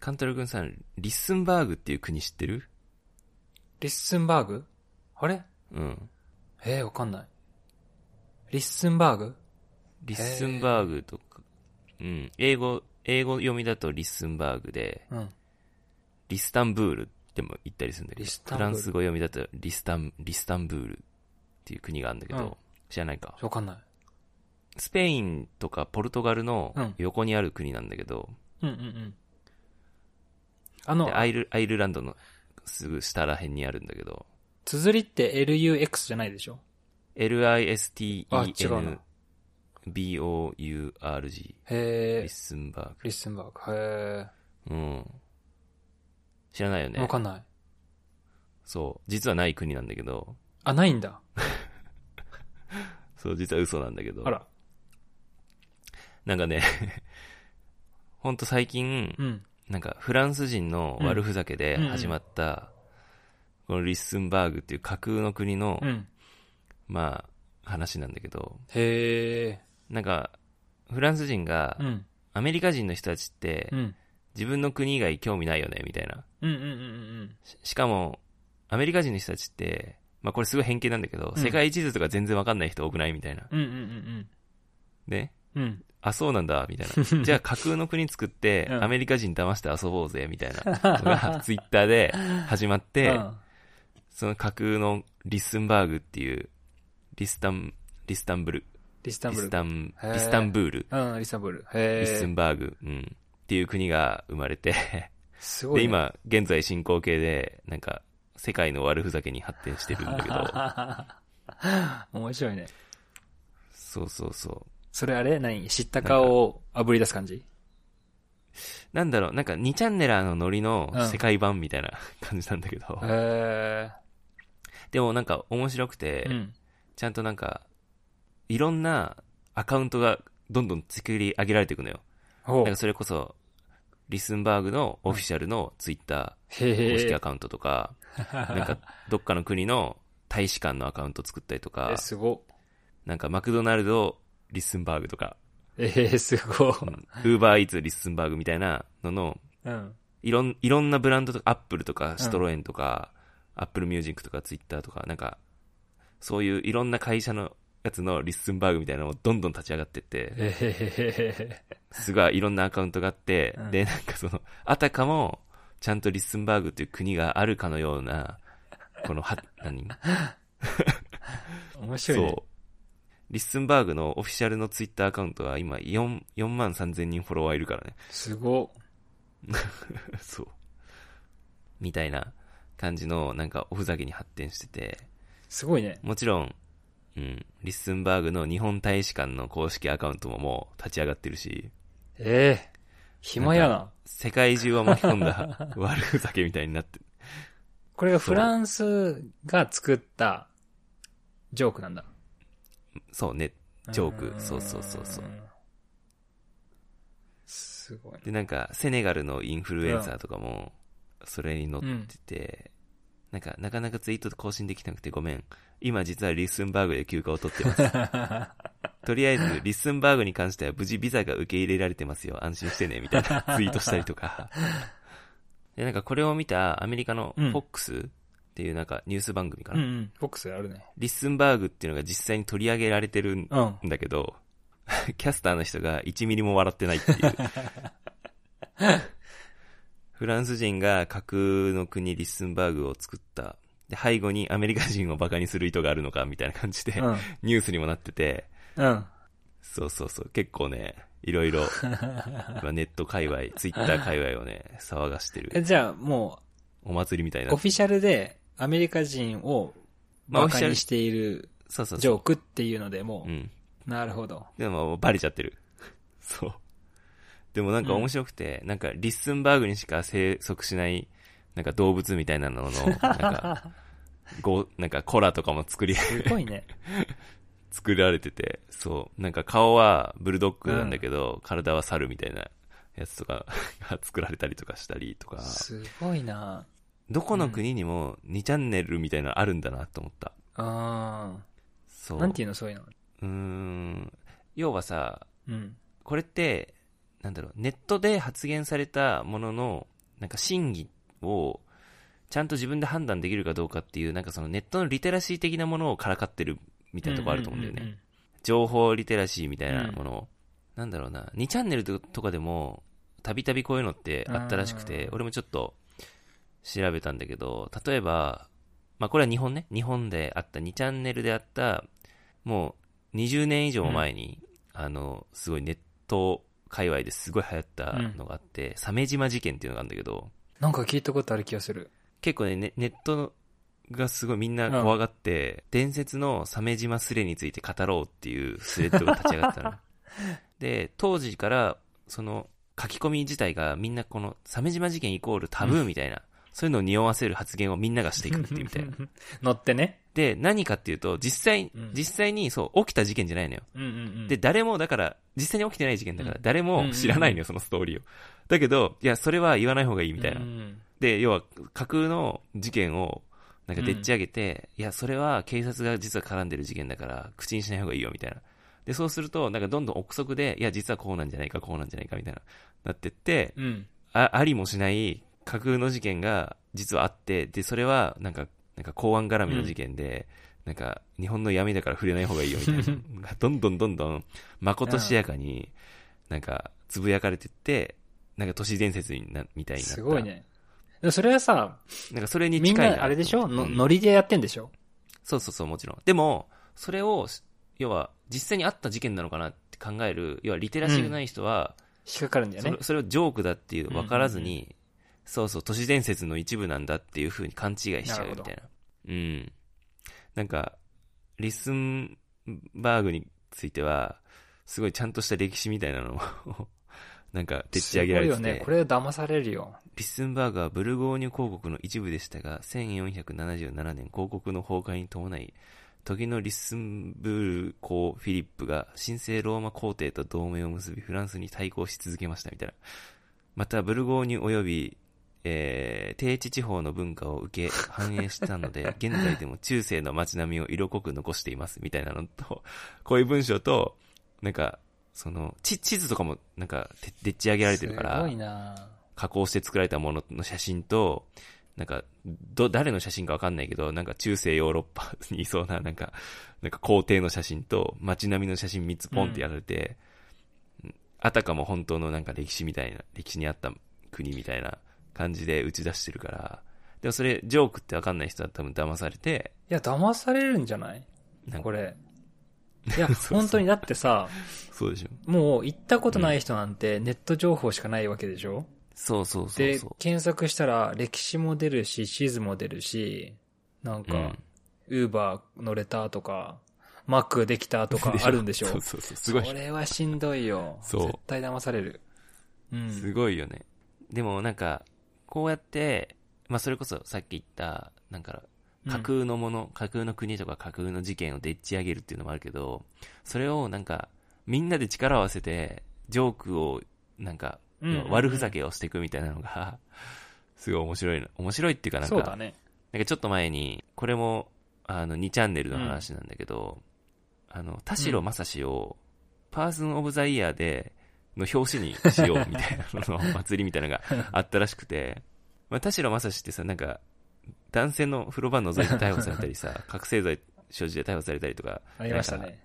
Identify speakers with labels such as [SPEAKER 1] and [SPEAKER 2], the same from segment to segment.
[SPEAKER 1] カンタル君さん、リッスンバーグっていう国知ってる
[SPEAKER 2] リッスンバーグあれ
[SPEAKER 1] うん。
[SPEAKER 2] えー、わかんない。リッスンバーグ
[SPEAKER 1] リッスンバーグとか、うん。英語、英語読みだとリッスンバーグで、
[SPEAKER 2] うん。
[SPEAKER 1] リスタンブールっても言ったりするんだけど
[SPEAKER 2] リス、タ
[SPEAKER 1] フ
[SPEAKER 2] ンブー
[SPEAKER 1] ラ
[SPEAKER 2] ル
[SPEAKER 1] ンス語読みだとリスタン、リスタンブールっていう国があるんだけど、
[SPEAKER 2] うん
[SPEAKER 1] 知らないか。
[SPEAKER 2] わかんない。
[SPEAKER 1] スペインとかポルトガルの
[SPEAKER 2] うん
[SPEAKER 1] 横にある国なんだけど、
[SPEAKER 2] うんうんうん。あ
[SPEAKER 1] で
[SPEAKER 2] の、
[SPEAKER 1] アイル、アイルランドのすぐ下ら辺にあるんだけど、
[SPEAKER 2] 綴りって LUX じゃないでしょ
[SPEAKER 1] LISTENBOURG。リ
[SPEAKER 2] へ
[SPEAKER 1] ッ
[SPEAKER 2] ー
[SPEAKER 1] スンバー
[SPEAKER 2] リッスンバーグ。へ
[SPEAKER 1] グ。うん。知らないよ
[SPEAKER 2] ーわ
[SPEAKER 1] ね。
[SPEAKER 2] かんない。
[SPEAKER 1] そう。実はない国なんだけど、
[SPEAKER 2] あ、ないんだ。
[SPEAKER 1] そう、実は嘘なんだけど
[SPEAKER 2] あ。ら。
[SPEAKER 1] なんかね、 ほんと最近、
[SPEAKER 2] うん。
[SPEAKER 1] なんかフランス人の悪ふざけで
[SPEAKER 2] うんうん
[SPEAKER 1] 始まった、このリッスンバーグっていう架空の国の、
[SPEAKER 2] うん。
[SPEAKER 1] まあ、話なんだけど、
[SPEAKER 2] へ
[SPEAKER 1] なんか、フランス人が
[SPEAKER 2] ーう、ん。
[SPEAKER 1] アメリカ人の人たちって
[SPEAKER 2] う、ん。
[SPEAKER 1] 自分の国以外興味ないよね、みたいな。
[SPEAKER 2] うんうんうんうん
[SPEAKER 1] ししかも、アメリカ人の人たちって、まあこれすごい偏見なんだけど、
[SPEAKER 2] うん
[SPEAKER 1] 世界地図とか全然わかんない人多くないみたいな。
[SPEAKER 2] うん。うんうん
[SPEAKER 1] ね。
[SPEAKER 2] うんうん。うん。
[SPEAKER 1] あ、そうなんだ、みた いな。じゃあ架空の国作って、
[SPEAKER 2] うん
[SPEAKER 1] アメリカ人騙して遊ぼうぜ、みたいなの が、 ツイッターで始まって、
[SPEAKER 2] うん
[SPEAKER 1] その架空のリッスンバーグっていう、リスタン、リスタンブル、
[SPEAKER 2] リスタン
[SPEAKER 1] リ
[SPEAKER 2] ブ
[SPEAKER 1] ス
[SPEAKER 2] ル。
[SPEAKER 1] タン
[SPEAKER 2] へ、ー
[SPEAKER 1] リスタンブール、
[SPEAKER 2] うん、リスタンブル。
[SPEAKER 1] リ
[SPEAKER 2] へ
[SPEAKER 1] ッス
[SPEAKER 2] ー
[SPEAKER 1] ンバーグ、うん、っていう国が生まれて、
[SPEAKER 2] すご
[SPEAKER 1] で、
[SPEAKER 2] いね。
[SPEAKER 1] 今、現在進行形で、なんか、世界の悪ふざけに発展してるんだけ ど、
[SPEAKER 2] 面白いね。
[SPEAKER 1] そうそうそう。
[SPEAKER 2] それあれ何知った顔を炙り出す感じ
[SPEAKER 1] なんだろう、なんか2チャンネラーのノリの
[SPEAKER 2] うん
[SPEAKER 1] 世界版みたいな 感じなんだけど、
[SPEAKER 2] へ
[SPEAKER 1] でもなんか面白くて、
[SPEAKER 2] ーうん。
[SPEAKER 1] ちゃんとなんか、いろんなアカウントがどんどん作り上げられていくのよ。な
[SPEAKER 2] ほうん
[SPEAKER 1] かそれこそ、リスンバーグのオフィシャルのツイッター公
[SPEAKER 2] へ
[SPEAKER 1] 式ア
[SPEAKER 2] ー
[SPEAKER 1] カウントとか、なんかどっかの国の大使館のアカウント作ったりとか
[SPEAKER 2] え、、すご。
[SPEAKER 1] なんかマクドナルドリスンバーグとか、
[SPEAKER 2] えー、すご。
[SPEAKER 1] ウーバーイーツリスンバーグみたいなのの、
[SPEAKER 2] うん。
[SPEAKER 1] いろん、いろんなブランドとか、アップルとか、シトロエンとか、アップルミュージックとか、ツイッターとか、なんか、そういういろんな会社のやつのリッスンバーグみたいなのをどんどん立ち上がってって、
[SPEAKER 2] えー、
[SPEAKER 1] すごいいろんなアカウントがあって、
[SPEAKER 2] うん
[SPEAKER 1] で、なんかその、あたかも、ちゃんとリッスンバーグという国があるかのような、この、 は、何
[SPEAKER 2] 面
[SPEAKER 1] そ
[SPEAKER 2] 白いね。
[SPEAKER 1] う。リッスンバーグのオフィシャルのツイッターアカウントは今4、4万3000人フォロワーいるからね。
[SPEAKER 2] すご。
[SPEAKER 1] そう。みたいな感じの、なんかおふざけに発展してて、
[SPEAKER 2] すごいね。
[SPEAKER 1] もちろん、うん、リッスンバーグの日本大使館の公式アカウントももう立ち上がってるし、
[SPEAKER 2] ええ暇やな。
[SPEAKER 1] 世界中を巻き込んだ 悪ふざけみたいになって、
[SPEAKER 2] これがフランスが作ったジョークなんだ。
[SPEAKER 1] そうね、ジョーク、そうそうそうそう。
[SPEAKER 2] ん。すごいね。
[SPEAKER 1] で、なんか、セネガルのインフルエンサーとかも、それに乗ってて、なんか、なかなかツイート更新できなくてごめん。今実はリッスンバーグで休暇を取ってます。 とりあえず、リッスンバーグに関しては無事ビザが受け入れられてますよ。安心してね、みたいな ツイートしたりとか。で、なんかこれを見たアメリカの
[SPEAKER 2] うん
[SPEAKER 1] FOX っていうなんかニュース番組か
[SPEAKER 2] うん
[SPEAKER 1] な。
[SPEAKER 2] うん。ボックスあるね。
[SPEAKER 1] リッスンバーグっていうのが実際に取り上げられてるん
[SPEAKER 2] うん。
[SPEAKER 1] だけど、 キャスターの人が1ミリも笑ってないって いう。フランス人が架空の国リッスンバーグを作った。で、背後にアメリカ人をバカにする意図があるのかみたいな感じで、
[SPEAKER 2] うん。
[SPEAKER 1] ニュースにもなってて、
[SPEAKER 2] うん。
[SPEAKER 1] そうそうそう、結構ね、いろいろ、今ネット界隈、ツイッター界隈をね、騒がして
[SPEAKER 2] え、
[SPEAKER 1] る。
[SPEAKER 2] じゃあも、
[SPEAKER 1] お祭りみたいうな
[SPEAKER 2] オ。フィシャルでアメリカ人を
[SPEAKER 1] まあ
[SPEAKER 2] バ
[SPEAKER 1] オフィシャ
[SPEAKER 2] カ
[SPEAKER 1] ル
[SPEAKER 2] にしている
[SPEAKER 1] そうそう
[SPEAKER 2] ジ
[SPEAKER 1] そう。
[SPEAKER 2] ョークっていうのでも
[SPEAKER 1] うん。
[SPEAKER 2] う、なるほど。
[SPEAKER 1] でももうバレちゃってる。 そう。でもなんか面白くて、なんかリッスンバーグにしか生息しない、なんか動物みたいなの の、なんか、ご、なんかコラとかも作り、
[SPEAKER 2] すごいね。
[SPEAKER 1] 作られてて、そう。なんか顔はブルドッグなんだけど、体は猿みたいなやつとか が作られたりとかしたりとか、
[SPEAKER 2] すごいな
[SPEAKER 1] どこの国にも2チャンネルみたいなのあるんだなと思った。
[SPEAKER 2] あ
[SPEAKER 1] そ
[SPEAKER 2] ー。
[SPEAKER 1] う。
[SPEAKER 2] なんていうのそういうの。
[SPEAKER 1] うーん。要はさ、
[SPEAKER 2] うん。
[SPEAKER 1] これって、なんだろう、ネットで発言されたもののなんか真偽をちゃんと自分で判断できるかどうかっていう、なんかそのネットのリテラシー的なものをからかってるみたいなとこあると思うんだよね。
[SPEAKER 2] うんうんうん
[SPEAKER 1] 情報リテラシーみたいなものを、なんだろうな、2チャンネルとかでも、たびたびこういうのってあったらしくて
[SPEAKER 2] う、ん
[SPEAKER 1] 俺もちょっと調べたんだけど、例えば、まあこれは日本ね、日本であった2チャンネルであった、もう20年以上前に、あの、すごいネット界隈ですごい流行ったのがあって、鮫島事件っていうのがあるんだけど、
[SPEAKER 2] うんなんか聞いたことある気がする。
[SPEAKER 1] 結構ねねネットがすごいみんな怖がって、伝説の鮫島スレについて語ろうっていうスレッドが立ち上がった ので当時からその書き込み自体がみんなこの鮫島事件イコールタブーみたいな、そういうのを匂わせる発言をみんながしていくっていうみたいな
[SPEAKER 2] 乗ってね。
[SPEAKER 1] で何かっていうと実際、
[SPEAKER 2] うん
[SPEAKER 1] 実際にそう起きた事件じゃないのよ
[SPEAKER 2] うんうんうん
[SPEAKER 1] で、誰も、だから、実際に起きてない事件だから
[SPEAKER 2] う、ん
[SPEAKER 1] 誰も知らないのよ、そのストーリーを。だけど、いや、それは言わない方がいいみたいな
[SPEAKER 2] う。ん
[SPEAKER 1] で、要は架空の事件をなんかでっち上げて、いや、それは警察が実は絡んでる事件だから、口にしない方がいいよみたいな。で、そうすると、なんかどんどん憶測で、いや、実はこうなんじゃないか、こうなんじゃないかみたいな、なってって、
[SPEAKER 2] うん。
[SPEAKER 1] あありもしない架空の事件が実はあって、で、それはなんか、なんか公安絡みの事件で、なんか日本の闇だから触れない方がいいよみた いなどんどんどんどん、まことしやかに、なんか、つぶやかれてって、なんか都市伝説にな、みたいになった。
[SPEAKER 2] すごいね。でもそれはさ、
[SPEAKER 1] なんかそれに
[SPEAKER 2] みん
[SPEAKER 1] 近いな
[SPEAKER 2] なあれでしょの
[SPEAKER 1] うん
[SPEAKER 2] ノリでやってんでしょ
[SPEAKER 1] そうそうそう、もちろん。でも、それを、要は、実際にあった事件なのかなって考える、要はリテラシーがない人は、
[SPEAKER 2] 引っかかるんだよ
[SPEAKER 1] そ
[SPEAKER 2] ね
[SPEAKER 1] れ。それをジョークだっていう分からずに、そうそう、都市伝説の一部なんだっていう風に勘違いしちゃうみた
[SPEAKER 2] ない
[SPEAKER 1] な。うん。なんか、リスンバーグについては、すごいちゃんとした歴史みたいなのを、 なんか、でっち上げられてて
[SPEAKER 2] すごいよね。これは騙されるよ。
[SPEAKER 1] リッスンバーグはブルゴーニュ公国の一部でしたが、1477年公国の崩壊に伴い、時のリッスンブル公フィリップが神聖ローマ皇帝と同盟を結びフランスに対抗し続けましたみたいな。また、ブルゴーニュ及び、えー、低地地方の文化を受け反映したの で、現在でも中世の街並みを色濃く残していますみたいなのと、こういう文章と、なんか、その、地地図とかもなんか、てでっち上げられてるから。
[SPEAKER 2] すごいな
[SPEAKER 1] 加工して作られたものの写真と、なんか、ど、誰の写真かわかんないけど、なんか中世ヨーロッパにいそうな、なんか、なんか皇帝の写真と街並みの写真3つポンってやられて、あたかも本当のなんか歴史みたいな、歴史にあった国みたいな感じで打ち出してるから、でもそれ、ジョークってわかんない人は多分騙されて、
[SPEAKER 2] いや、騙されるんじゃない
[SPEAKER 1] なん
[SPEAKER 2] こ
[SPEAKER 1] か、
[SPEAKER 2] れ。 いや、
[SPEAKER 1] そう
[SPEAKER 2] 本当にだってさ、
[SPEAKER 1] そうでしょ。
[SPEAKER 2] もう行ったことない人なんてネット情報しかないわけでしょ
[SPEAKER 1] そうそうそう
[SPEAKER 2] で
[SPEAKER 1] そう。、
[SPEAKER 2] 検索したら歴史も出るし、地図も出るし、なん
[SPEAKER 1] う
[SPEAKER 2] か
[SPEAKER 1] ん、
[SPEAKER 2] ウーバー乗れたとか、マックできたとかあるんでしょ
[SPEAKER 1] そうそうそう。すごい
[SPEAKER 2] こ。れはしんどいよ。
[SPEAKER 1] そう
[SPEAKER 2] 絶対騙される。うん。
[SPEAKER 1] すごいよね。でもなんか、こうやって、まあそれこそさっき言った、なんか、架空のもの、架空の国とか架空の事件をでっち上げるっていうのもあるけど、それをなんか、みんなで力を合わせて、ジョークを、なんか、
[SPEAKER 2] うんうんうん
[SPEAKER 1] 悪ふざけをしていくみたいなのが、すごい面白いな。面白いっていうかなんか、
[SPEAKER 2] そうだね。
[SPEAKER 1] なんかちょっと前に、これも、あの、2チャンネルの話なんだけど、あの、田代正史を、パーソン・オブ・ザ・イヤーで、の表紙にしようみたいなその、祭りみたいなのがあったらしくて、まあ、田代正史ってさ、なんか、男性の風呂場覗いて逮捕されたりさ、覚醒剤所持で逮捕されたりとか、
[SPEAKER 2] ありましたね。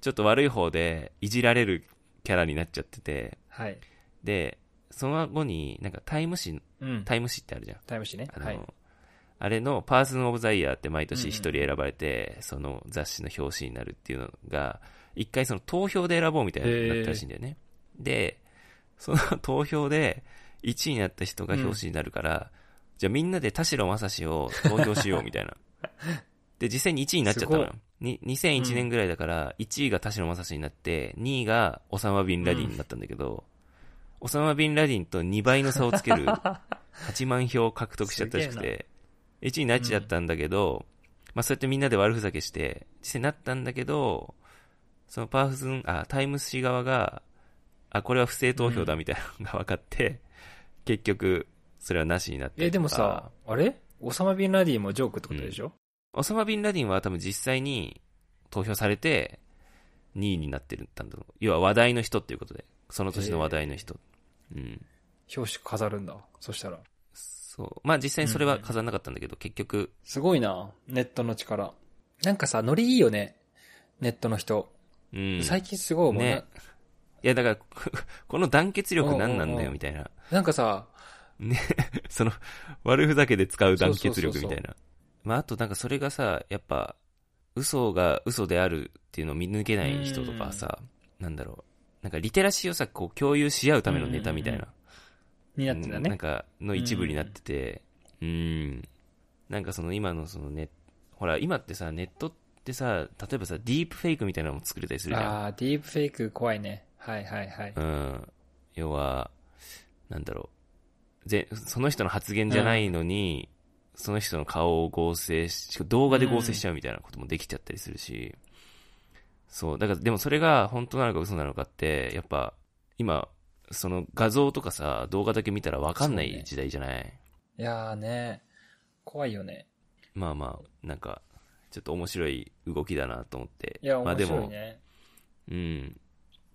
[SPEAKER 1] ちょっと悪い方で、いじられるキャラになっちゃってて、
[SPEAKER 2] はい。
[SPEAKER 1] で、その後に、なんか、タイム誌、
[SPEAKER 2] うん。
[SPEAKER 1] タイム誌ってあるじゃん。
[SPEAKER 2] タイム誌ね。
[SPEAKER 1] あの、
[SPEAKER 2] はい。
[SPEAKER 1] あれのパーソン・オブ・ザ・イヤーって毎年一人
[SPEAKER 2] うんう
[SPEAKER 1] 選ばれて、その雑誌の表紙になるっていうのが、一回その投票で選ぼうみたいになったらしいんだよね。で、その投票で1位になった人が表紙になるから、じゃあみんなで田代正史を投票しようみたい な。で、実際に1位になっちゃったの
[SPEAKER 2] す
[SPEAKER 1] よ。に2001年ぐらいだから、1位が田代正史になって、2位がオサマ・ビンラディンになったんだけど、オサマ・ビンラディンと2倍の差をつける8万票を獲得しちゃったらしく
[SPEAKER 2] すげ
[SPEAKER 1] て、1位になっちゃったんだけど、まあそうやってみんなで悪ふざけして、実際になったんだけど、そのパーソン、あ、タイム誌側が、あ、これは不正投票だみたいなのが分かって、結局、それはなしになって。
[SPEAKER 2] え、でもさ、、あれオサマ・ビンラディもジョークってことでしょ
[SPEAKER 1] オサマ・ビンラディンは多分実際に投票されて2位になってるんだろう。要は話題の人っていうことで。その年の話題の人。うん。
[SPEAKER 2] 表紙飾るんだ。そしたら。
[SPEAKER 1] そう。まあ実際にそれは飾んなかったんだけど、結局、
[SPEAKER 2] すごいな、ネットの力。なんかさ、ノリいいよね。ネットの人。
[SPEAKER 1] うん。
[SPEAKER 2] 最近すごい思う、
[SPEAKER 1] ねいやだから、ここの団結力何なんだよみたいな。
[SPEAKER 2] な。なんかさ、
[SPEAKER 1] その、悪ふざけで使う団
[SPEAKER 2] そ
[SPEAKER 1] 結
[SPEAKER 2] うそうそ
[SPEAKER 1] 力
[SPEAKER 2] うそう
[SPEAKER 1] みたいな。まああとなんかそれがさ、やっぱ、嘘が嘘であるっていうのを見抜けない人とかさ、なんだろう。なんかリテラシーをさ、こう共有し合うためのネタみたいな。
[SPEAKER 2] になってた
[SPEAKER 1] うんなん
[SPEAKER 2] ね。
[SPEAKER 1] か、の一部になってて、うん。なんかその今のそのね、ほら、今ってさ、ネットってさ、例えばさ、ディープフェイクみたいなのも作れたりするじゃん。
[SPEAKER 2] ああ、ディープフェイク怖いね。はいはいはい。
[SPEAKER 1] うん。要は、なんだろう。ぜその人の発言じゃないのに、その人の顔を合成し、動画で合成しちゃうみたいなこともできちゃったりするし、そう。だから、でもそれが本当なのか嘘なのかって、やっぱ、今、その画像とかさ、動画だけ見たらわかんな
[SPEAKER 2] そうね
[SPEAKER 1] い時代じゃない、
[SPEAKER 2] いやーね、怖いよね。
[SPEAKER 1] まあまあ、なんか、ちょっと面白い動きだなと思って。
[SPEAKER 2] いや、
[SPEAKER 1] まあ
[SPEAKER 2] 面
[SPEAKER 1] で
[SPEAKER 2] 白い
[SPEAKER 1] も、
[SPEAKER 2] ね。
[SPEAKER 1] うん。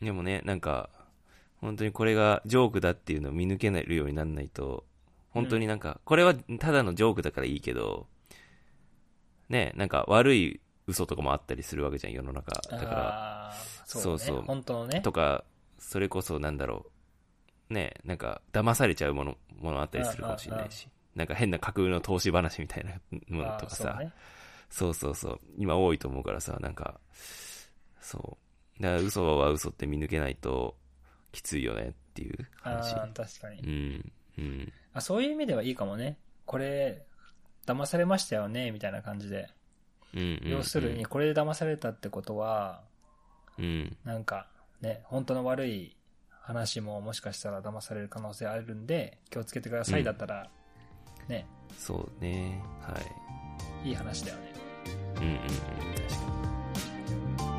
[SPEAKER 1] でもね、なんか、本当にこれがジョークだっていうのを見抜けないようにならないと、本当になんか、これはただのジョークだからいいけど、ね、なんか悪い嘘とかもあったりするわけじゃん、世の中。だか
[SPEAKER 2] あー
[SPEAKER 1] そう
[SPEAKER 2] そう
[SPEAKER 1] そ
[SPEAKER 2] ね
[SPEAKER 1] う
[SPEAKER 2] 本当の
[SPEAKER 1] ら、
[SPEAKER 2] ね。
[SPEAKER 1] とか、それこそなんだろう、ね、なんか、騙されちゃうもの、ものあったりするかもしれないし、なんか変な架空の投資話みたいなものとか
[SPEAKER 2] あー
[SPEAKER 1] さ
[SPEAKER 2] そう、ね
[SPEAKER 1] そうそうそう。今多いと思うからさ、なんか、そう。だから嘘は嘘って見抜けないと、きついよねっていう話。
[SPEAKER 2] あー確かに
[SPEAKER 1] う。ん。うん。
[SPEAKER 2] あ、そういう意味ではいいかもね。これ、騙されましたよね、みたいな感じで。
[SPEAKER 1] うんうん、うん。
[SPEAKER 2] 要するに、これで騙されたってことは、
[SPEAKER 1] うん。
[SPEAKER 2] なんか、ね、本当の悪い話ももしかしたら騙される可能性あるんで、気をつけてくださ
[SPEAKER 1] う
[SPEAKER 2] い
[SPEAKER 1] ん
[SPEAKER 2] だったら、ね、
[SPEAKER 1] そうね。はい。
[SPEAKER 2] いい話だよね。
[SPEAKER 1] うんうんうん。確かに。